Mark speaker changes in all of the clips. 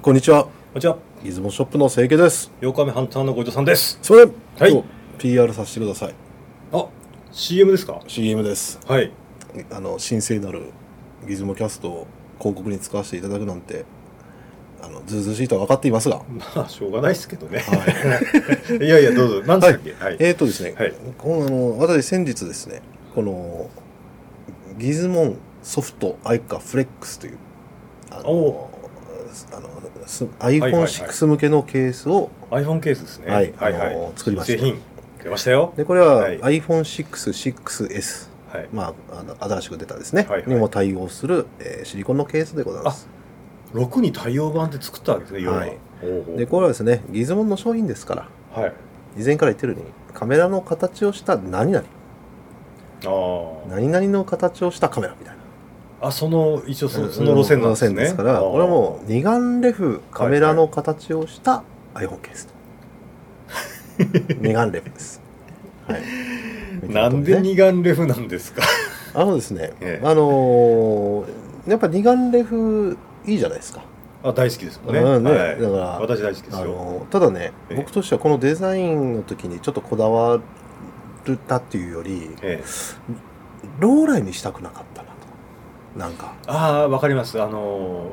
Speaker 1: こんにちは。
Speaker 2: こんにちは。
Speaker 1: 出雲ショップの清家です。
Speaker 2: 8日目ハンターのご伊藤さんです。
Speaker 1: すいません。
Speaker 2: はい
Speaker 1: 今日 PR させてください。
Speaker 2: あ、CM ですか
Speaker 1: CM です。
Speaker 2: はい。
Speaker 1: あの、神聖なるギズモキャストを広告に使わせていただくなんて、あの、ずうずうしいとは分かっていますが、
Speaker 2: まあ、しょうがないですけどね。、
Speaker 1: はい
Speaker 2: やいや、どうぞ。何でしたっけはい。
Speaker 1: えーっとですね、
Speaker 2: はい
Speaker 1: このあの私先日ですね、この、ギズモンソフトアイカフレックスという、あの
Speaker 2: お、
Speaker 1: あのす
Speaker 2: はいはい
Speaker 1: iPhone6 向けのケースを
Speaker 2: iPhone ケースですね。
Speaker 1: はいあの作りました
Speaker 2: 製品、出ましたよ。
Speaker 1: でこれは
Speaker 2: はい
Speaker 1: iPhone6、6S
Speaker 2: はい。
Speaker 1: まあ、あの新しく出たですね、
Speaker 2: はいはい
Speaker 1: にも対応する、えーシリコンのケースでございます。
Speaker 2: 6に対応版って作ったわけですね、要は。
Speaker 1: はい
Speaker 2: おうおう
Speaker 1: でこれはですねギズモンの商品ですから
Speaker 2: はい。
Speaker 1: 以前から言ってるようにカメラの形をした何々
Speaker 2: あ
Speaker 1: 何々の形をしたカメラみたいな
Speaker 2: あ。あ、その、一応そのその路線なんですね。
Speaker 1: 路線から
Speaker 2: あー
Speaker 1: これはもう二眼レフカメラの形をした iPhone ケースと、 二眼レフです。はい、
Speaker 2: なんで二眼レフなんですか
Speaker 1: あのですね、
Speaker 2: ええ
Speaker 1: あのーやっぱ二眼レフいいじゃないですか。
Speaker 2: あ、大好きですもんね。
Speaker 1: うんね
Speaker 2: はい
Speaker 1: だから
Speaker 2: 私大好きです
Speaker 1: あ
Speaker 2: よ。
Speaker 1: のただね、
Speaker 2: ええ
Speaker 1: 僕としてはこのデザインの時にちょっとこだわったっていうより
Speaker 2: ええ、
Speaker 1: ローライにしたくなかったなとなんか
Speaker 2: ああわかりますあの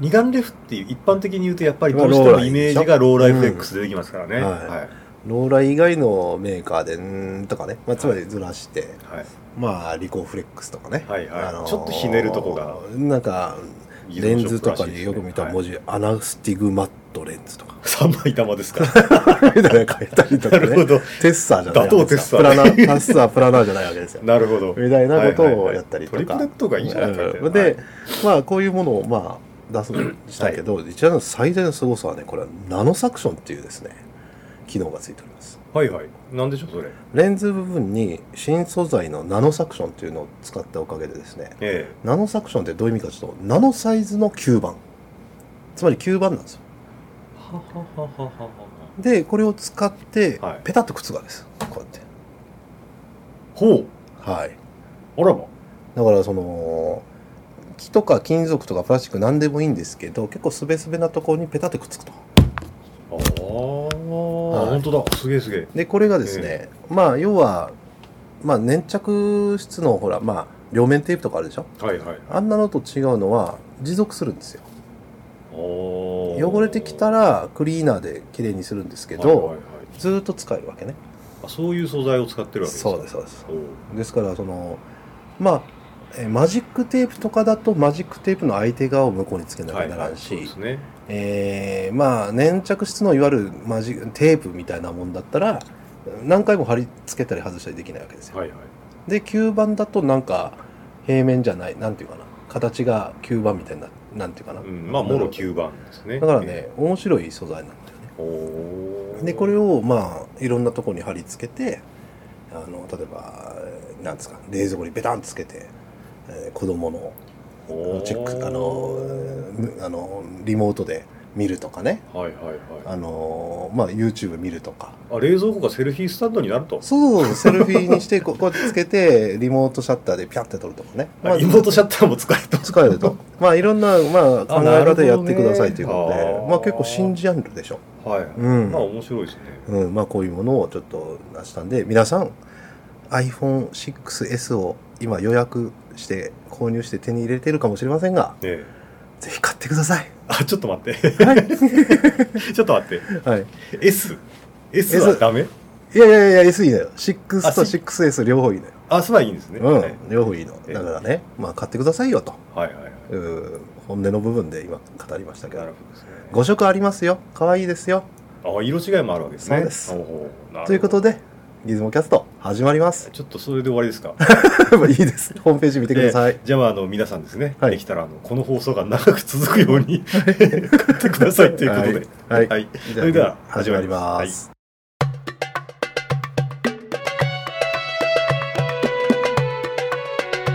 Speaker 2: ー二眼レフっていう一般的に言うとやっぱりどうし
Speaker 1: ま
Speaker 2: て
Speaker 1: あロー
Speaker 2: も
Speaker 1: ライ
Speaker 2: イメージがローライフ X 出てきますからね、
Speaker 1: うん
Speaker 2: はいはい
Speaker 1: ローライ以外のメーカーでうーんとかね、まあ、つまりずらして、まあリコーフレックスとかね、
Speaker 2: はいはい
Speaker 1: あのー
Speaker 2: ちょっとひねるとこが
Speaker 1: なんか
Speaker 2: い
Speaker 1: レンズとかでよく見た文
Speaker 2: 字、
Speaker 1: 字、アナスティグマットレンズとか
Speaker 2: 三枚玉ですか
Speaker 1: みたいなの書いたりとか
Speaker 2: なるほ
Speaker 1: ね
Speaker 2: ど
Speaker 1: テッサーじゃないわけですよプ
Speaker 2: 打
Speaker 1: ラナ
Speaker 2: 倒テッサ
Speaker 1: ーテッサープラナーじゃないわけ ですよ
Speaker 2: なるほど
Speaker 1: みたいなことをやったりとか。
Speaker 2: はいはいはいトリプレットがいいじゃないかみたいな
Speaker 1: うんで、まあ、こういうものを、まあ、出すんしたけど、一番の最大の凄さはね、これはナノサクションっていうですね、機能がついております。
Speaker 2: はいはいなんでしょうそれ
Speaker 1: レンズ部分に新素材のナノサクションっていうのを使ったおかげでですね、
Speaker 2: え
Speaker 1: ナノサクションってどういう意味かというと、ナノサイズの吸盤。つまり吸盤なんですよ。
Speaker 2: えはははははは
Speaker 1: で、これを使って
Speaker 2: はい、
Speaker 1: ペタッと覆す。こうやって。
Speaker 2: ほう
Speaker 1: はい。
Speaker 2: あらま
Speaker 1: だからその木とか金属とかプラスチック何でもいいんですけど結構すべすべなところにペタってくっつくと
Speaker 2: ああ、
Speaker 1: い
Speaker 2: 本当だすげえすげえ
Speaker 1: でこれがですね、まあ要は、まあ、粘着質のほらまあ両面テープとかあるでしょ
Speaker 2: はいはい
Speaker 1: あんなのと違うのは持続するんですよ
Speaker 2: おー
Speaker 1: 汚れてきたらクリーナーできれいにするんですけど、
Speaker 2: はいはいはい
Speaker 1: ずーっと使えるわけね
Speaker 2: あそういう素材を使ってるわけですか
Speaker 1: そうですそうです
Speaker 2: おう
Speaker 1: ですからそのまあえーマジックテープとかだとマジックテープの相手側を向こうにつけなきゃならんし、
Speaker 2: はいはいそうですね
Speaker 1: えーまあ粘着質のいわゆるマジテープみたいなもんだったら何回も貼り付けたり外したりできないわけですよ、
Speaker 2: はいはい
Speaker 1: で吸盤だとなんか平面じゃないなんていうかな形が吸盤みたいななんていうかな、
Speaker 2: うん、まあもろ9番ですね
Speaker 1: だからね面白い素材なんだよね
Speaker 2: おー
Speaker 1: でこれをまあいろんなところに貼り付けてあの例えばなんですか冷蔵庫にベタンつけて、えー子供の
Speaker 2: おー
Speaker 1: チェックあのえーあのリモートで見るとかね
Speaker 2: はいはいはい
Speaker 1: あのーまあ、YouTube 見るとか
Speaker 2: あ冷蔵庫がセルフィースタンドになると
Speaker 1: そうセルフィーにしてこうこうやってつけてリモートシャッターでピャッて撮るとかね、ま
Speaker 2: あ
Speaker 1: あ、
Speaker 2: リモートシャッターも使えると
Speaker 1: 使えると まあいろんな、まあ、考え方でやってくださいということ
Speaker 2: なる
Speaker 1: で
Speaker 2: ほどね
Speaker 1: まあ結構新ジャンルでしょ、
Speaker 2: はい、
Speaker 1: うん
Speaker 2: まあ面白いですね
Speaker 1: うんまあ、こういうものをちょっと出したんで皆さん iPhone6S を今予約して購入して手に入れてるかもしれませんが
Speaker 2: ええ
Speaker 1: ぜひ買ってください
Speaker 2: あちょっと待って
Speaker 1: はい、
Speaker 2: ちょっと待って
Speaker 1: はい、
Speaker 2: SS はダメ
Speaker 1: いやいやいや S いいのよ6
Speaker 2: あ
Speaker 1: と 6S 両方いいのよ
Speaker 2: あそばいいんですね、
Speaker 1: う
Speaker 2: はい
Speaker 1: ん、両方いいの。
Speaker 2: ええ
Speaker 1: だからね、まあ買ってくださいよと。
Speaker 2: はいはいはい
Speaker 1: うん本音の部分で今語りましたけ
Speaker 2: なる
Speaker 1: ど。
Speaker 2: ほどです
Speaker 1: 5色ありますよ。可愛いですよ。
Speaker 2: ねあ色違いもあるわけですね
Speaker 1: そうです
Speaker 2: おーなるほど
Speaker 1: ということで、ギズモキャスト始まり ます。
Speaker 2: ちょっとそれで終わりですか
Speaker 1: いいです。ホームページ見てください。
Speaker 2: じゃあまああの皆さんですね、
Speaker 1: はい
Speaker 2: できたらあのこの放送が長く続くように 買ってくださいということで、
Speaker 1: はいはい
Speaker 2: それでは
Speaker 1: 始まります。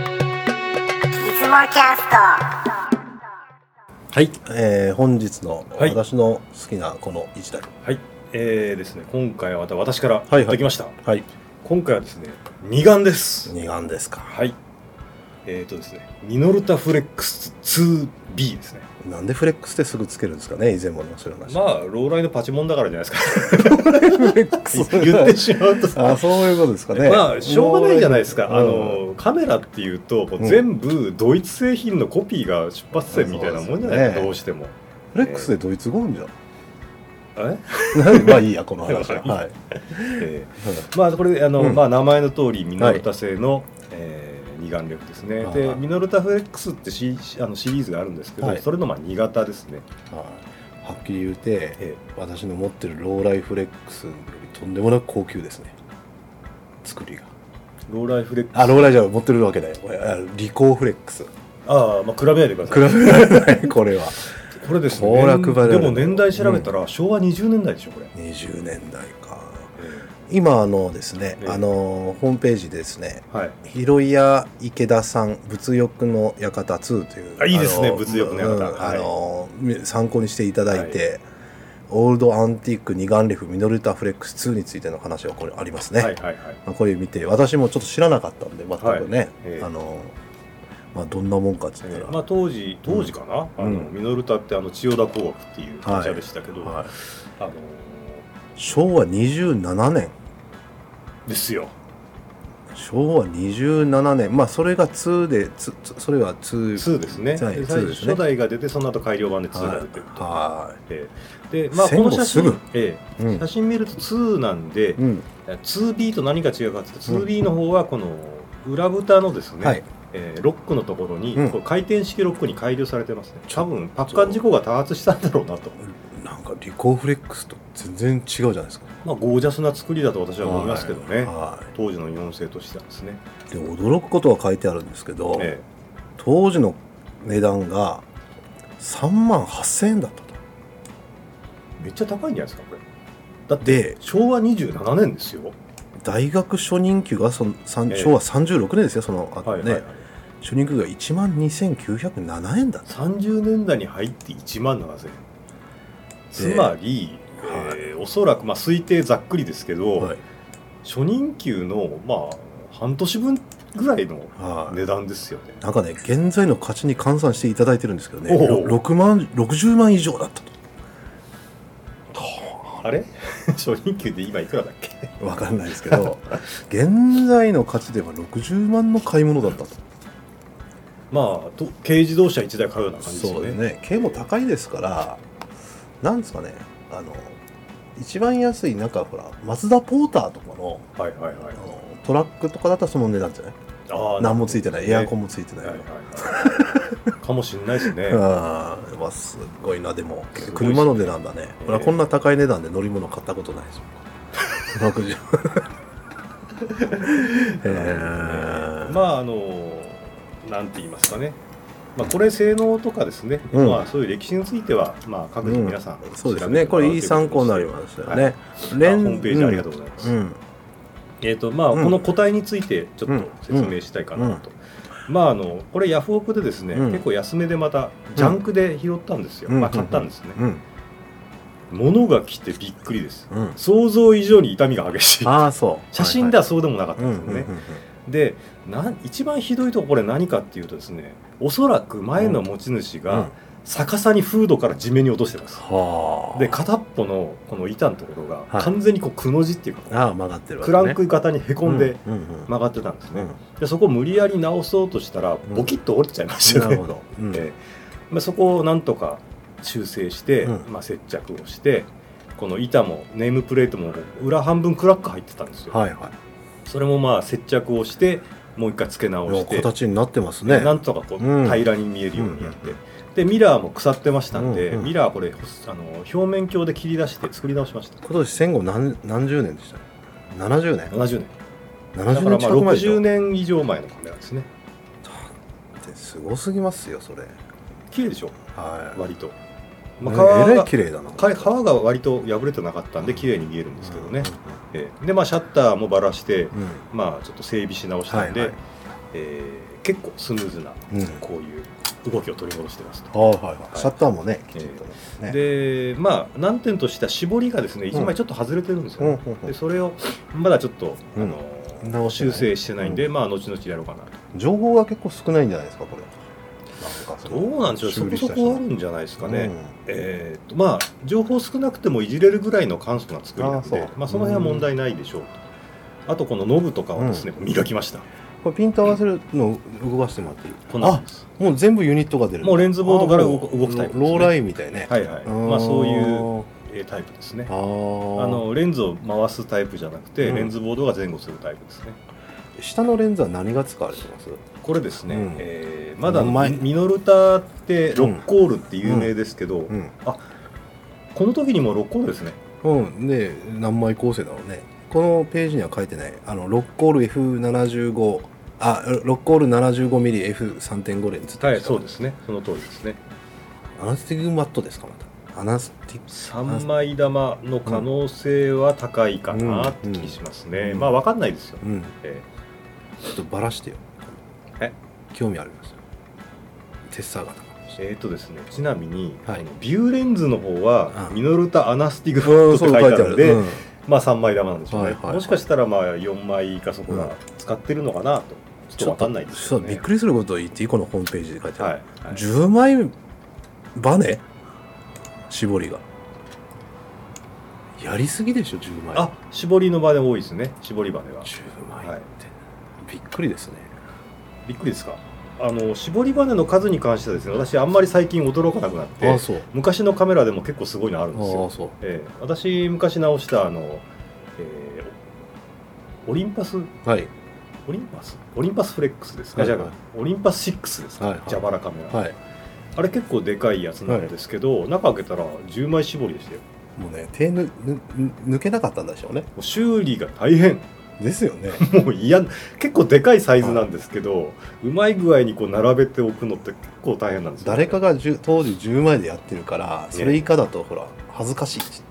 Speaker 2: は
Speaker 3: いつもキャスト
Speaker 2: い、
Speaker 1: えー本日の
Speaker 2: はい
Speaker 1: 私の好きなこの一台。
Speaker 2: はい、えーですね今回はまた私から
Speaker 1: はい
Speaker 2: いただきました、
Speaker 1: はい。
Speaker 2: 今回はですね二眼です
Speaker 1: 二眼ですか。
Speaker 2: はい、ええっ、とですね、ミノルタフレックス 2B ですね。
Speaker 1: なんでフレックスってすぐつけるんですかね以前もありましたよね
Speaker 2: まあ、ローライのパチモンだからじゃないです
Speaker 1: フレッ クス
Speaker 2: か。 言ってしまうとさ。
Speaker 1: あそういうことですかね
Speaker 2: まあしょうがないじゃないですか、
Speaker 1: うん
Speaker 2: あのカメラっていうともう全部ドイツ製品のコピーが出発点みたいなもんじゃないですか、
Speaker 1: うん
Speaker 2: どうしても
Speaker 1: フレックスでドイツ語なんじゃん
Speaker 2: え、
Speaker 1: 何まあいいやこの話 は
Speaker 2: ま
Speaker 1: はい、
Speaker 2: えーまあこれあの、
Speaker 1: うん
Speaker 2: まあ、名前の通りミノルタ製の、えー二眼レフですね
Speaker 1: はいは
Speaker 2: で
Speaker 1: い
Speaker 2: ミノルタフレックスってシあのシリーズがあるんですけど、
Speaker 1: はい
Speaker 2: それのまあ2型ですね、
Speaker 1: はい、はっきり言うて
Speaker 2: え
Speaker 1: 私の持ってるローライフレックスよりとんでもなく高級ですね作りが
Speaker 2: ーローライフレックス
Speaker 1: あローライじゃ持ってるわけだよこれあリコーフレックス比
Speaker 2: ああまあ比べないでくださ
Speaker 1: べ
Speaker 2: い
Speaker 1: られない これは
Speaker 2: これです
Speaker 1: これ
Speaker 2: ね
Speaker 1: は比べられ
Speaker 2: で
Speaker 1: る
Speaker 2: も年代調べたら、昭和20年代でしょこれ、
Speaker 1: 20年代か今あのですね、
Speaker 2: ええ
Speaker 1: あのホームページでですね
Speaker 2: はい
Speaker 1: 広屋池田さん物欲の館2という
Speaker 2: あいいですね
Speaker 1: あの
Speaker 2: 物欲の館
Speaker 1: うん
Speaker 2: はい
Speaker 1: あのみ参考にしていただいて、オールドアンティーク二眼レフミノルタフレックス2についての話はこれありますね、
Speaker 2: はいはいはい
Speaker 1: まあ、これ見て私もちょっと知らなかったんで全くね、
Speaker 2: ええ
Speaker 1: あのまあ、どんなもんかって言った
Speaker 2: え
Speaker 1: ら、
Speaker 2: ーまあ、当時当時かな、
Speaker 1: うん
Speaker 2: あの
Speaker 1: うん
Speaker 2: ミノルタってあの千代田工学っていう会社でしたけど、
Speaker 1: はい、
Speaker 2: あの
Speaker 1: 昭和27年
Speaker 2: ーですよ
Speaker 1: 昭和27年まあそれが2でつつそれは2
Speaker 2: 2ですね
Speaker 1: はい
Speaker 2: で
Speaker 1: 2
Speaker 2: 最
Speaker 1: で
Speaker 2: 初
Speaker 1: すね
Speaker 2: 初代が出てその後改良版で2が出てると、
Speaker 1: は
Speaker 2: えーでまあ、
Speaker 1: 戦
Speaker 2: こ
Speaker 1: 後
Speaker 2: の写
Speaker 1: す
Speaker 2: 真
Speaker 1: ぐ、
Speaker 2: え
Speaker 1: い、う
Speaker 2: ー
Speaker 1: ん
Speaker 2: 写真見ると2なんで、
Speaker 1: うん、
Speaker 2: 2B と何が違うかっていうと 2B の方はこの裏蓋のですね、
Speaker 1: はい
Speaker 2: えーロックのところに、
Speaker 1: うん
Speaker 2: こう回転式ロックに改良されてますね
Speaker 1: ちょ
Speaker 2: 多分パッカン事故が多発したんだろうなと、
Speaker 1: なんかリコーフレックスと全然違うじゃないですか
Speaker 2: まあ、ゴージャスな作りだと私は思いますけどね、
Speaker 1: は
Speaker 2: 当時の日本製としてはですね、
Speaker 1: い、で驚くことは書いてあるんですけど、
Speaker 2: えー
Speaker 1: 当時の値段が3万8000円だったと
Speaker 2: めっちゃ高いんじゃないですかこれだって
Speaker 1: で
Speaker 2: 昭和27年ですよ、
Speaker 1: 大学初任給がそのさん
Speaker 2: ええ
Speaker 1: 昭和36年ですよその後
Speaker 2: はい
Speaker 1: ね、
Speaker 2: はいはい、
Speaker 1: 初任給が1万2907円だと
Speaker 2: 30年代に入って1万7000円つまり、え
Speaker 1: はい
Speaker 2: ーおそらく、まあ、推定ざっくりですけど、
Speaker 1: はい
Speaker 2: 初任給の、まあ、半年分ぐらいの
Speaker 1: はい
Speaker 2: 値段ですよね、
Speaker 1: なんかね現在の価値に換算していただいてるんですけどね
Speaker 2: おお
Speaker 1: ろ6万60万以上だった
Speaker 2: あれ初任給で今いくらだっけ
Speaker 1: と 分かんないですけ ど現在の価値では60万の買い物だったと
Speaker 2: まあと軽自動車1台買うような感じです
Speaker 1: そ
Speaker 2: よ
Speaker 1: うです
Speaker 2: ね
Speaker 1: ね軽も高いですからなんですかねあの一番安いなんかほらマツダポーターとかの
Speaker 2: はいはいはい
Speaker 1: あのトラックとかだったらその値段じゃない
Speaker 2: あー
Speaker 1: 何もついてないエアコ
Speaker 2: ン
Speaker 1: ンもついてない、
Speaker 2: はいはい はい、かもしれないですね
Speaker 1: ああまあすごいなでも
Speaker 2: すごい
Speaker 1: 車の値段だね、
Speaker 2: ええ
Speaker 1: 俺はこんな高い値段で乗り物買ったことないですも ん60えー
Speaker 2: まああのなんて言いますかね、まあ、これ性能とかですね、
Speaker 1: うん
Speaker 2: まあ、そういう歴史については、まあ、各自皆さん、
Speaker 1: そうですねこれいい参考になり
Speaker 2: す
Speaker 1: ましたよ
Speaker 2: は
Speaker 1: ね、
Speaker 2: ホ
Speaker 1: 連
Speaker 2: ームページありがとうございます、
Speaker 1: うん、うん
Speaker 2: えっ、とまあ
Speaker 1: うん
Speaker 2: この個体についてちょっと説明したいかなと、まああのこれヤフオクでですね、
Speaker 1: うん
Speaker 2: 結構安めでまたジャンクで拾ったんですよ、
Speaker 1: うん
Speaker 2: まあ買ったんですね、
Speaker 1: うん
Speaker 2: 物が来てびっくりです
Speaker 1: うん
Speaker 2: 想像以上に痛みが激しい
Speaker 1: ああそう
Speaker 2: 写真ではそうでもなかったん
Speaker 1: はい
Speaker 2: で
Speaker 1: はい
Speaker 2: すよね、
Speaker 1: うんうんうん
Speaker 2: でなん一番ひどいとここれ何かっていうとですねおそらく前の持ち主
Speaker 1: うん
Speaker 2: が逆さにフードから地面に落としてます、
Speaker 1: はあ
Speaker 2: で片っぽのこの板のところが
Speaker 1: はい
Speaker 2: 完全にこうくの字っていうか、
Speaker 1: ああ曲がってるわ
Speaker 2: ク
Speaker 1: け、
Speaker 2: ランク型にへこんで
Speaker 1: うんうん
Speaker 2: 曲がってたんです
Speaker 1: うん
Speaker 2: ね、でそこを無理やり直そうとしたら
Speaker 1: ん
Speaker 2: ボキッと折れちゃいました
Speaker 1: な
Speaker 2: ね、
Speaker 1: るほ ど、うん
Speaker 2: でまあ、そこをなんとか修正して、
Speaker 1: うん
Speaker 2: まあ、接着をしてこの板もネームプレートも裏半分クラック入ってたんですよ、
Speaker 1: はいはい
Speaker 2: それもまあ接着をしてもう一回付け直
Speaker 1: いや
Speaker 2: して
Speaker 1: 形になってますね
Speaker 2: なんとかこう
Speaker 1: うん
Speaker 2: 平らに見えるように
Speaker 1: う
Speaker 2: やっ
Speaker 1: ん
Speaker 2: て、でミラーも腐ってましたんで、
Speaker 1: うんうん
Speaker 2: ミラーこれあの表面鏡で切り出して作り直しました
Speaker 1: 今年戦後何何十年でした70年
Speaker 2: 70年だか
Speaker 1: 70
Speaker 2: ら
Speaker 1: 年
Speaker 2: ま
Speaker 1: 近
Speaker 2: あ
Speaker 1: く前でしょ
Speaker 2: 60年以上前のカメラですね
Speaker 1: ってすごすぎますよそれ
Speaker 2: 綺麗でしょ
Speaker 1: は
Speaker 2: 割と、
Speaker 1: い、
Speaker 2: ま
Speaker 1: え
Speaker 2: あ、
Speaker 1: え
Speaker 2: 皮
Speaker 1: らい
Speaker 2: が
Speaker 1: 綺麗だな
Speaker 2: 皮皮が割と破れてなかったんで綺麗に見えるんですけどね、ええでまあシャッターもばらして
Speaker 1: うん
Speaker 2: まあちょっと整備し直したんで、
Speaker 1: はいはい
Speaker 2: えー結構スムーズな
Speaker 1: うん、うん
Speaker 2: こういう動きを取り戻してますと
Speaker 1: あはいはい、
Speaker 2: い
Speaker 1: シャッターもねきちんとね、
Speaker 2: でまあ難点としては絞りがですね
Speaker 1: ん
Speaker 2: 一枚ちょっと外れてるんですよ、
Speaker 1: うんうんうん
Speaker 2: でそれをまだちょっと、
Speaker 1: うん
Speaker 2: あの
Speaker 1: 直してな
Speaker 2: 修
Speaker 1: い
Speaker 2: 正してないんで、
Speaker 1: う
Speaker 2: まあ後々やろうかな
Speaker 1: 情報が結構少ないんじゃないですかこれなんか
Speaker 2: と
Speaker 1: その
Speaker 2: どうなんでしょう
Speaker 1: 修
Speaker 2: そこ
Speaker 1: 理し
Speaker 2: そ
Speaker 1: た
Speaker 2: こあ
Speaker 1: 人
Speaker 2: るんじゃないですかね、
Speaker 1: うん
Speaker 2: えー、とまあ情報少なくてもいじれるぐらいの簡素な作りなので
Speaker 1: あーそう
Speaker 2: まあ、その辺は問題ないでしょうとあとこのノブとかはですね、磨きました
Speaker 1: これピント合わせるの動かしてもらっていい
Speaker 2: こんな感じです
Speaker 1: もう全部ユニットが出る
Speaker 2: もうレンズボードから動く
Speaker 1: あもう
Speaker 2: 動くタイプです
Speaker 1: ロ
Speaker 2: ね
Speaker 1: ーラインみたいね
Speaker 2: はいはい
Speaker 1: ーん
Speaker 2: まあそういうえータイプですね
Speaker 1: あ
Speaker 2: あ
Speaker 1: あ
Speaker 2: のレンズを回すタイプじゃなくて、
Speaker 1: うん
Speaker 2: レンズボードが前後するタイプですね
Speaker 1: 下のレンズは何が使われてます
Speaker 2: これですね、
Speaker 1: うん
Speaker 2: えーまだ
Speaker 1: うまい
Speaker 2: ミノルタってロッコールって有名ですけど、
Speaker 1: うん
Speaker 2: この時にもロッコールですね
Speaker 1: うんで何枚構成だろうねこのページには書いてないあのロックオール F75 あロックオール 75mmF3.5 レンズって
Speaker 2: はいそうですねその通りですね
Speaker 1: アナスティグマットですかまたアナスティ
Speaker 2: 3枚玉の可能性は高いかなって気します
Speaker 1: うん
Speaker 2: ね、
Speaker 1: うん
Speaker 2: まあ分かんないですよ、
Speaker 1: うん
Speaker 2: え
Speaker 1: ちょっとバラしてよ
Speaker 2: え
Speaker 1: 興味ありますよテッサー型
Speaker 2: ーえーとですねちなみに、
Speaker 1: はい
Speaker 2: あのビューレンズの方は、
Speaker 1: うん
Speaker 2: ミノルタアナスティグフットって書いてあるんで、
Speaker 1: うん
Speaker 2: まあ3枚玉なんでしょうね、
Speaker 1: はいはいはい
Speaker 2: もしかしたらまあ4枚かそこが使ってるのかなと、ちょっと分かんないです
Speaker 1: そ
Speaker 2: よ
Speaker 1: う
Speaker 2: ね
Speaker 1: びっくりすることを言っていいこのホームページで書いてあ
Speaker 2: は
Speaker 1: る、
Speaker 2: い、はい
Speaker 1: 10枚バネ絞りがやりすぎでしょ10枚
Speaker 2: あ絞りの場で多いですね絞り場では
Speaker 1: 10枚って、
Speaker 2: はい
Speaker 1: びっくりですね
Speaker 2: びっくりですかあの絞りバネの数に関してはですね私あんまり最近驚かなくなって
Speaker 1: そうあ
Speaker 2: 昔のカメラでも結構すごいのあるんですよ
Speaker 1: あ、そう
Speaker 2: ええ私昔直したあの、えーオリンパス
Speaker 1: はい
Speaker 2: オリンパスオリンパスフレックスですか、
Speaker 1: はい
Speaker 2: じゃあオリンパス6ですか、
Speaker 1: はいはい
Speaker 2: 蛇腹カメラ、
Speaker 1: はい
Speaker 2: あれ結構でかいやつなんですけど、中開けたら10枚絞りでしたよも
Speaker 1: もうね手ぬぬ抜けなかったんでしょうね
Speaker 2: う修理が大変
Speaker 1: ですよね
Speaker 2: もう嫌結構でかいサイズなんですけど、うまい具合にこう並べておくのって結構大変なんですよ、
Speaker 1: 誰かが10当時10枚でやってるからそれ以下だとほら恥ずかしいっつっ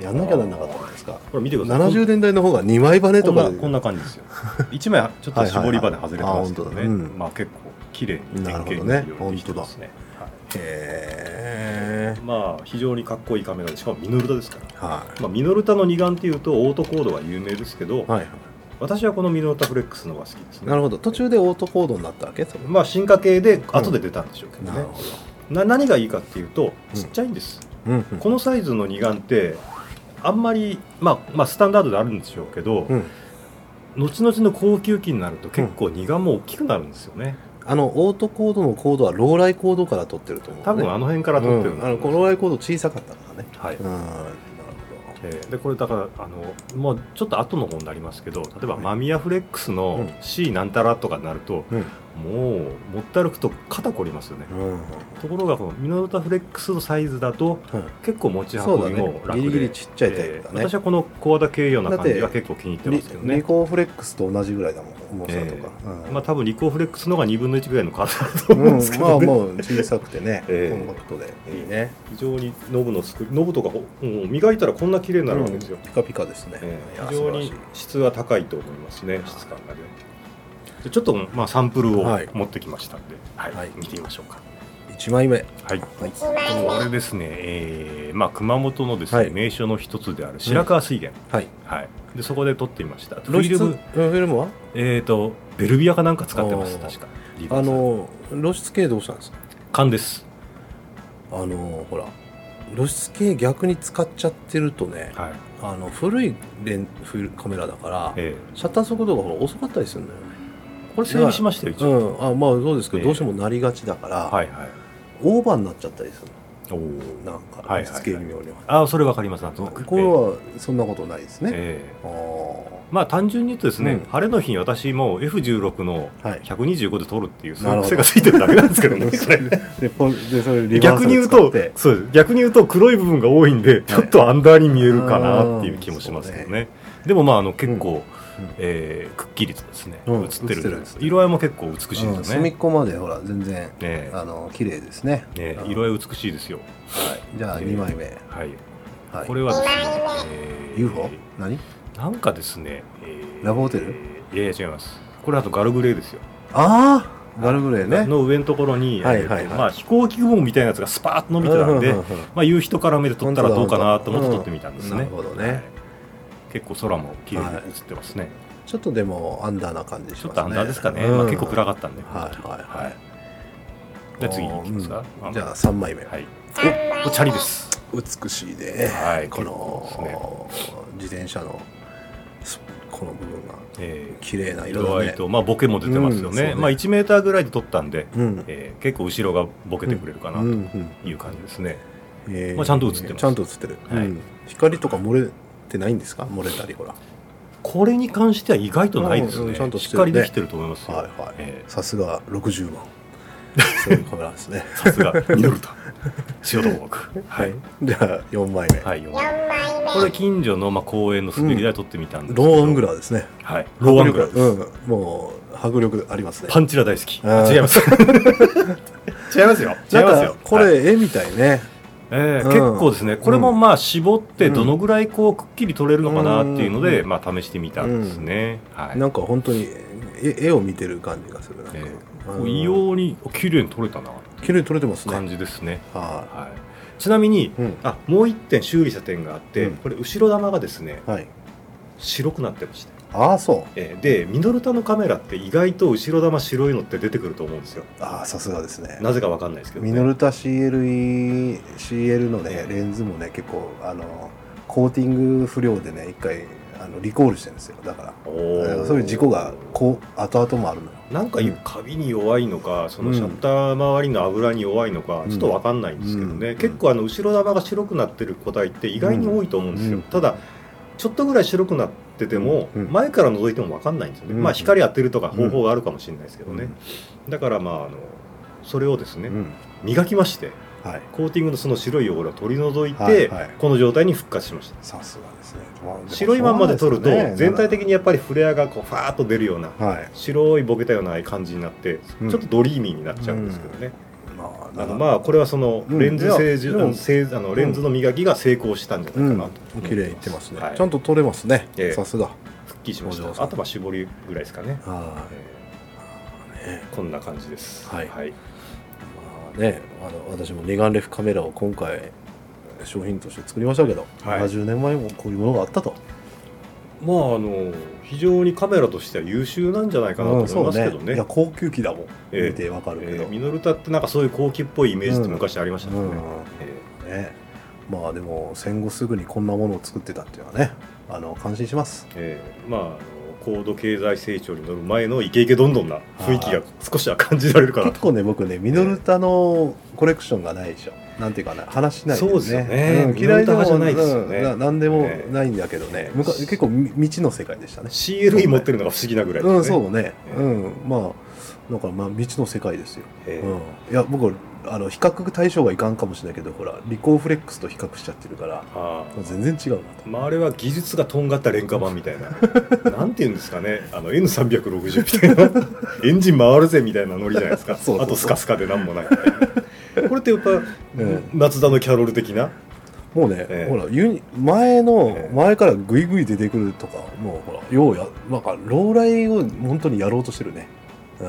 Speaker 1: てやんなきゃなんなかったじゃないですか
Speaker 2: これ見てください
Speaker 1: 70年代の方が2枚バネ
Speaker 2: ことん
Speaker 1: か
Speaker 2: な
Speaker 1: で
Speaker 2: こんな感じですよ一枚ちょっと絞り場で外れてますけどね、
Speaker 1: はいはいはいあ本当だうん
Speaker 2: まあ結構綺麗に
Speaker 1: なるほどね
Speaker 2: ようにできてますねはい
Speaker 1: へえ
Speaker 2: まあ非常にかっこいいカメラでしかもミノルタですから、
Speaker 1: は
Speaker 2: まあ、ミノルタの二眼っていうとオートコードが有名ですけど、
Speaker 1: い、はい、
Speaker 2: 私はこのミノルタフレックスの方が好きです
Speaker 1: な
Speaker 2: ね
Speaker 1: るほど途中でオートコードになったわけそれ
Speaker 2: まあ進化系で後で出たんでしょうけど
Speaker 1: な
Speaker 2: ね
Speaker 1: る、ほ
Speaker 2: な何がいいかっていうと
Speaker 1: うん
Speaker 2: ちっちゃいんです、
Speaker 1: ど、うんうん
Speaker 2: このサイズの二眼ってあんまり、まあ、まあスタンダードであるんでしょうけど、
Speaker 1: うん
Speaker 2: 後々の高級機になると結構二眼も大きくなるんですよね、
Speaker 1: あのオートコードのコードはローライコードから取ってると思う、
Speaker 2: 多分あの辺から撮ってる
Speaker 1: うんん
Speaker 2: だ
Speaker 1: あの
Speaker 2: と思
Speaker 1: こ
Speaker 2: う
Speaker 1: のローライコード小さかったからね
Speaker 2: はい
Speaker 1: うんなる
Speaker 2: えーでこれだからあのもうちょっと後の方になりますけど例えば
Speaker 1: はい
Speaker 2: マミヤフレックス
Speaker 1: う
Speaker 2: の
Speaker 1: ん
Speaker 2: C なんたらとかになると、
Speaker 1: うん
Speaker 2: もう持って歩くと肩こりますよね、
Speaker 1: ほど、うん
Speaker 2: ところがこのミノルタフレックスのサイズだと結構持ち
Speaker 1: そうだ
Speaker 2: 運び
Speaker 1: ね
Speaker 2: も楽で、
Speaker 1: ギリギリちっちゃいタイプだ
Speaker 2: えー
Speaker 1: ね、
Speaker 2: 私はこのコアダ軽量な感じ
Speaker 1: だっ
Speaker 2: が
Speaker 1: て
Speaker 2: 結構気に入ってますけど
Speaker 1: リリ
Speaker 2: ね
Speaker 1: コーフレックスと同じぐらいだもん重さとか、うん
Speaker 2: まあ多分リコーフレックスの方が2分の1ぐらいの軽さだと思うんですけど、ね
Speaker 1: うんまあもう小さくてね、
Speaker 2: ええ
Speaker 1: コンパクトでいいね
Speaker 2: 非常にノブの作りノブとかほもう磨いたらこんな綺麗になるわけです
Speaker 1: う
Speaker 2: よ、
Speaker 1: んピカピカですね、
Speaker 2: え
Speaker 1: い
Speaker 2: ー
Speaker 1: や
Speaker 2: 非
Speaker 1: 素
Speaker 2: 常
Speaker 1: 晴らし
Speaker 2: に
Speaker 1: い
Speaker 2: 質は高いと思いますね、質感がね。でちょっと、まあ、サンプルを
Speaker 1: はい
Speaker 2: 持ってきましたんで、はい
Speaker 1: はい
Speaker 2: 見てみましょうか。
Speaker 1: 1枚目
Speaker 2: はい、
Speaker 1: はい
Speaker 3: 1枚目
Speaker 2: これですね、えーまあ、熊本のですね、
Speaker 1: はい
Speaker 2: 名所の一つである白川水源、
Speaker 1: はい
Speaker 2: はい、でそこで撮ってみました。フ
Speaker 1: 露
Speaker 2: ィ
Speaker 1: 出
Speaker 2: ル
Speaker 1: うん
Speaker 2: ム
Speaker 1: フ、ィルムは
Speaker 2: えー、とベルビアかなんか使ってます、
Speaker 1: あー
Speaker 2: 確か。リバ
Speaker 1: あ
Speaker 2: ーさん
Speaker 1: の露出系どうしたんですか
Speaker 2: 勘です、
Speaker 1: あのほら露出系逆に使っちゃってるとね
Speaker 2: はい
Speaker 1: あの古いレン古いカメラだから
Speaker 2: え
Speaker 1: シャッター速度がほら遅かったりするんだよね
Speaker 2: ーこれ整備しましたよ、一
Speaker 1: う
Speaker 2: 応。
Speaker 1: んあまあそうですけど、
Speaker 2: ええ
Speaker 1: どうしてもなりがちだから、
Speaker 2: はいはい
Speaker 1: オーバーになっちゃったりする
Speaker 2: おー
Speaker 1: のなんか
Speaker 2: はいはいはい
Speaker 1: 露出系微妙には、
Speaker 2: あーそれわかりますなんとなく
Speaker 1: これはそんなことないです
Speaker 2: えー
Speaker 1: ね、
Speaker 2: えー
Speaker 1: あー
Speaker 2: まあ単純に言うとですね、
Speaker 1: うん
Speaker 2: 晴れの日に私もう F16 の
Speaker 1: はい
Speaker 2: 125で撮るっていう、そう
Speaker 1: ないるほ
Speaker 2: う
Speaker 1: ど
Speaker 2: 癖がついてるだけなんですけどね、
Speaker 1: そでこれでそれリバー
Speaker 2: 逆
Speaker 1: サ
Speaker 2: に
Speaker 1: ル
Speaker 2: 言う
Speaker 1: 使っ
Speaker 2: と
Speaker 1: て、
Speaker 2: そうです逆に言うと黒い部分が多いんで、ちょっとアンダーに見えるかなっていう気もしますけどね。でもまああの結構、
Speaker 1: うんうん
Speaker 2: えーくっきりとですね、
Speaker 1: うん
Speaker 2: 映ってるんです
Speaker 1: 映ってる
Speaker 2: 色合いも結構美しいです
Speaker 1: うん
Speaker 2: よ
Speaker 1: 隅
Speaker 2: ね
Speaker 1: っ。こまでほら全然
Speaker 2: え
Speaker 1: あの綺麗ですね
Speaker 2: えね
Speaker 1: うん
Speaker 2: 色合い美しいですよ。
Speaker 1: じゃあ
Speaker 2: ええ
Speaker 1: 2枚目、
Speaker 2: はい。
Speaker 1: はい、
Speaker 2: これはですね、えー
Speaker 1: UFO? 何
Speaker 2: なんかですね、えー
Speaker 1: ラブホテル
Speaker 2: いやいや違います。これあとガルグレーですよ。
Speaker 1: ああガルグレーね
Speaker 2: の上のところに、
Speaker 1: はいはいはい
Speaker 2: えーとまあ、飛行機雲みたいなやつがスパーッと伸びてたんで、
Speaker 1: ううう
Speaker 2: まあ、夕日と絡めて撮ったらどうかなと思って撮ってみたんです
Speaker 1: なる
Speaker 2: ね、
Speaker 1: ほど
Speaker 2: は
Speaker 1: ね
Speaker 2: い結構空も綺麗に映ってますね、
Speaker 1: シちょっとでもアンダーな感じしますね
Speaker 2: ちょっとアンダーですかね、
Speaker 1: うん
Speaker 2: まあ、結構暗かったんで、
Speaker 1: はいはいはい
Speaker 2: じゃあ次いきますか、
Speaker 1: うんじゃあ3枚目、
Speaker 2: はいおおチャリです
Speaker 1: 美しいね、
Speaker 2: はい
Speaker 1: こ
Speaker 2: 結構
Speaker 1: の、自転車のすこの部分が
Speaker 2: えー
Speaker 1: 綺麗な色
Speaker 2: 色
Speaker 1: だ
Speaker 2: 合
Speaker 1: ね
Speaker 2: いと、まあ、ボケも出てますよ
Speaker 1: うんそうね
Speaker 2: ね,、まあ、1メーターぐらいで撮ったんで、
Speaker 1: うん
Speaker 2: えー結構後ろがボケてくれるかな
Speaker 1: うんう
Speaker 2: と
Speaker 1: ん
Speaker 2: いう感じですね、
Speaker 1: えー
Speaker 2: まあちゃんと映ってます
Speaker 1: ちゃんと映ってる、
Speaker 2: はい
Speaker 1: うん光とか漏れてないんですか漏れたりほら
Speaker 2: これに関しては意外とないですね、
Speaker 1: うんちゃんと
Speaker 2: し
Speaker 1: し
Speaker 2: って
Speaker 1: るね
Speaker 2: かりできてると思いますよ、
Speaker 1: はいはい、
Speaker 2: え
Speaker 1: さすが60万 そういうカメラですね
Speaker 2: ーさすがミノルタ塩道僕はい、
Speaker 1: じゃあ4枚目、
Speaker 2: はい、よ
Speaker 3: 4枚目
Speaker 2: これ近所のまあ公園の滑り台撮ってみたんですけ
Speaker 1: ロ
Speaker 2: ど、
Speaker 1: ーアングラーですね
Speaker 2: はいローアングラーです、
Speaker 1: うん、もう迫力ありますね
Speaker 2: パンチラ大好き
Speaker 1: あー
Speaker 2: 違います 違いますよ違います
Speaker 1: なん
Speaker 2: よ
Speaker 1: かこ
Speaker 2: はい
Speaker 1: れ絵みたいね、
Speaker 2: えー
Speaker 1: うん
Speaker 2: 結構ですねこれもまあ絞って
Speaker 1: うん
Speaker 2: どのぐらいこうくっきり撮れるのかなっていうので、
Speaker 1: う
Speaker 2: まあ試してみたんですね、はい
Speaker 1: なんか本当に絵絵を見てる感じがするなんか、
Speaker 2: えー
Speaker 1: うん
Speaker 2: 異様に綺麗に撮れたなって
Speaker 1: 綺麗に撮れてます
Speaker 2: 感
Speaker 1: ね
Speaker 2: じですね、
Speaker 1: は
Speaker 2: はい、ちなみに、
Speaker 1: い、うん
Speaker 2: あもう一点修理した点があって、
Speaker 1: うん
Speaker 2: これ後ろ玉がですね
Speaker 1: はい、
Speaker 2: 白くなってました、
Speaker 1: ああそう
Speaker 2: えーでミノルタのカメラって意外と後ろ玉白いのって出てくると思うんですよ
Speaker 1: ああさすがですね
Speaker 2: なぜかわかんないですけどね、
Speaker 1: ミノルタ CLE CL のね
Speaker 2: ええ
Speaker 1: レンズもね結構あのコーティング不良でね一回あのリコールしてるんですよだから
Speaker 2: お
Speaker 1: だか
Speaker 2: ー
Speaker 1: らそういう事故がこう後々もあるのよ
Speaker 2: なんかいうカビに弱いのか、そのシャッター周りの油に弱いのか、
Speaker 1: うん
Speaker 2: ちょっとわかんないんですけどね、
Speaker 1: うん
Speaker 2: 結構あの後ろ玉が白くなってる個体って意外に多いと思うんですよ、
Speaker 1: うん
Speaker 2: ただちょっとぐらい白くなってても、
Speaker 1: うん
Speaker 2: 前から覗いてもわかんないんですよね、
Speaker 1: うん
Speaker 2: まあ光当てるとか方法があるかもしれないですけどね、
Speaker 1: うん
Speaker 2: だからまああのそれをですね、
Speaker 1: うん
Speaker 2: 磨きまして
Speaker 1: はい
Speaker 2: コーティングのその白い汚れを取り除いて、
Speaker 1: はいはい
Speaker 2: この状態に復活しました
Speaker 1: さすがですね、まあでも
Speaker 2: 白いまんまで撮ると
Speaker 1: そうなんですよ
Speaker 2: 全
Speaker 1: ね
Speaker 2: 体的にやっぱりフレアがこうファーッと出るような
Speaker 1: はい
Speaker 2: 白いボケたような感じになって、
Speaker 1: うん
Speaker 2: ちょっとドリーミーになっちゃうんですけどね、
Speaker 1: ま
Speaker 2: あの
Speaker 1: あ
Speaker 2: まあこれはその
Speaker 1: うん
Speaker 2: レンズ清浄、
Speaker 1: いや
Speaker 2: あのせいあのレンズの磨きが成功したんじゃ
Speaker 1: う
Speaker 2: ないか
Speaker 1: ん
Speaker 2: なと思
Speaker 1: 綺麗にいってますね、
Speaker 2: はい
Speaker 1: ちゃんと撮れますね
Speaker 2: ええ
Speaker 1: さすが
Speaker 2: 復帰しまし
Speaker 1: お嬢
Speaker 2: た
Speaker 1: さん
Speaker 2: あとは絞りぐらいですかね、
Speaker 1: は
Speaker 2: え
Speaker 1: いね
Speaker 2: ーこんな感じです
Speaker 1: はい
Speaker 2: はい
Speaker 1: まあね、あの私も二眼レフカメラを今回商品として作りましたけど、
Speaker 2: はい
Speaker 1: 70年前もこういうものがあったと
Speaker 2: まああの非常にカメラとしては優秀なんじゃないかなと
Speaker 1: う
Speaker 2: 思
Speaker 1: ん
Speaker 2: い
Speaker 1: そ
Speaker 2: ま
Speaker 1: う
Speaker 2: すけどね,、
Speaker 1: いや高級機だもん、
Speaker 2: ええ
Speaker 1: 見てわかるけ
Speaker 2: え
Speaker 1: ど、
Speaker 2: ーミノルタってなんかそういう高級っぽいイメージって昔ありましたね、
Speaker 1: うん
Speaker 2: え
Speaker 1: ねまあでも戦後すぐにこんなものを作ってたっていうのはねあの感心します
Speaker 2: ーえーまああの高度経済成長に乗る前のイケイケどんどんな雰囲気が少しは感じられる かなと
Speaker 1: 結構ね僕ねミノルタのコレクションがないでしょ、なんていうかな話しない
Speaker 2: そうですよね
Speaker 1: うん、嫌いでも
Speaker 2: ミノルタ派じゃないですよね
Speaker 1: うんな何でも
Speaker 2: ええ
Speaker 1: ないんだけどね、昔結構み未知の世界でしたね
Speaker 2: CLE 持ってるのが不思議なぐらいですね。
Speaker 1: うん、そうね、
Speaker 2: ええ
Speaker 1: うん、まあ、だから、まあ、未知の世界ですよ。
Speaker 2: ええ
Speaker 1: うん、いや、僕、あの、比較対象がいかんかもしれないけど、ほら、リコーフレックスと比較しちゃってるから、
Speaker 2: ああ
Speaker 1: 全然違うなと。
Speaker 2: まあ、あれは技術がとんがった廉価版みたいな、なんていうんですかね、あの N360 み たいな、エンジン回るぜみたいなノリじゃないですか、
Speaker 1: そうそうそう
Speaker 2: あとスカスカでな んもないみたいなこれってやっぱ、
Speaker 1: え
Speaker 2: 松田のキャロル的な、
Speaker 1: もうね、
Speaker 2: ええ
Speaker 1: ほら、ユニ前の、
Speaker 2: ええ
Speaker 1: 前からグイグイ出てくるとか、もう、ほら、ようや、なんか、ローライを本当にやろうとしてるね。うん。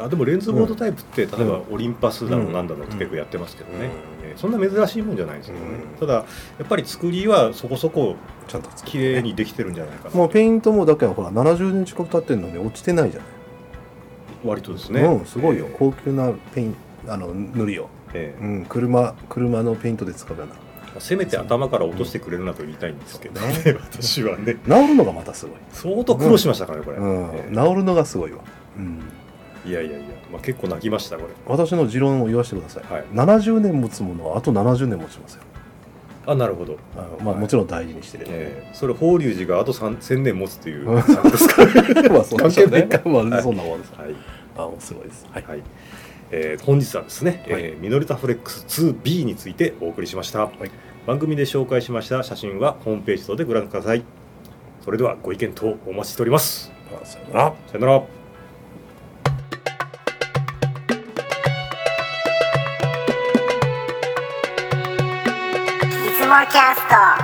Speaker 2: あでもレンズボードタイプって、例えばオリンパスだの
Speaker 1: うん
Speaker 2: なんだのって結構やってますけどね、
Speaker 1: うん
Speaker 2: ええそんな珍しいもんじゃないですけどね、
Speaker 1: うん
Speaker 2: ただ、やっぱり作りはそこそこ
Speaker 1: ちゃんと作って
Speaker 2: 綺麗にできてるんじゃないかな、
Speaker 1: もうペイントもだけどほら70年近く経ってるのに落ちてないじゃない、
Speaker 2: 割とですね。
Speaker 1: うんすごいよ、
Speaker 2: え
Speaker 1: 高級なペインあの塗りを、
Speaker 2: えええ
Speaker 1: うん、車車のペイントで使うような
Speaker 2: せめて頭から落としてくれるなと言いたいんですけどね、 私はね、
Speaker 1: 治るのがまたすごい、
Speaker 2: 相当苦労しましたからね、これ。え
Speaker 1: うん、
Speaker 2: え
Speaker 1: 治るのがすごいわ、うん、
Speaker 2: いやいやいや、まあ、結構泣きました、これ。
Speaker 1: 私の持論を言わせてください、
Speaker 2: はい
Speaker 1: 70年持つものはあと70年持ちますよ
Speaker 2: あ、なるほど。
Speaker 1: あのまあ、もちろん大事にしてる、
Speaker 2: ええそれ、法隆寺があと3 1000年持つっていう
Speaker 1: うん
Speaker 2: 感じですか。
Speaker 1: まあそうでしょうね
Speaker 2: 関係ないか
Speaker 1: まあ、そんなもんです、
Speaker 2: はい、
Speaker 1: あもうすごいですはい
Speaker 2: はいえー本日はですね、
Speaker 1: はい
Speaker 2: えーミノルタフレックス 2B についてお送りしました、
Speaker 1: い
Speaker 2: 番組で紹介しました写真はホームページ等でご覧くださいそれではご意見等お待ちしております
Speaker 1: まあさよなら
Speaker 2: さよなら
Speaker 3: いつもキャスト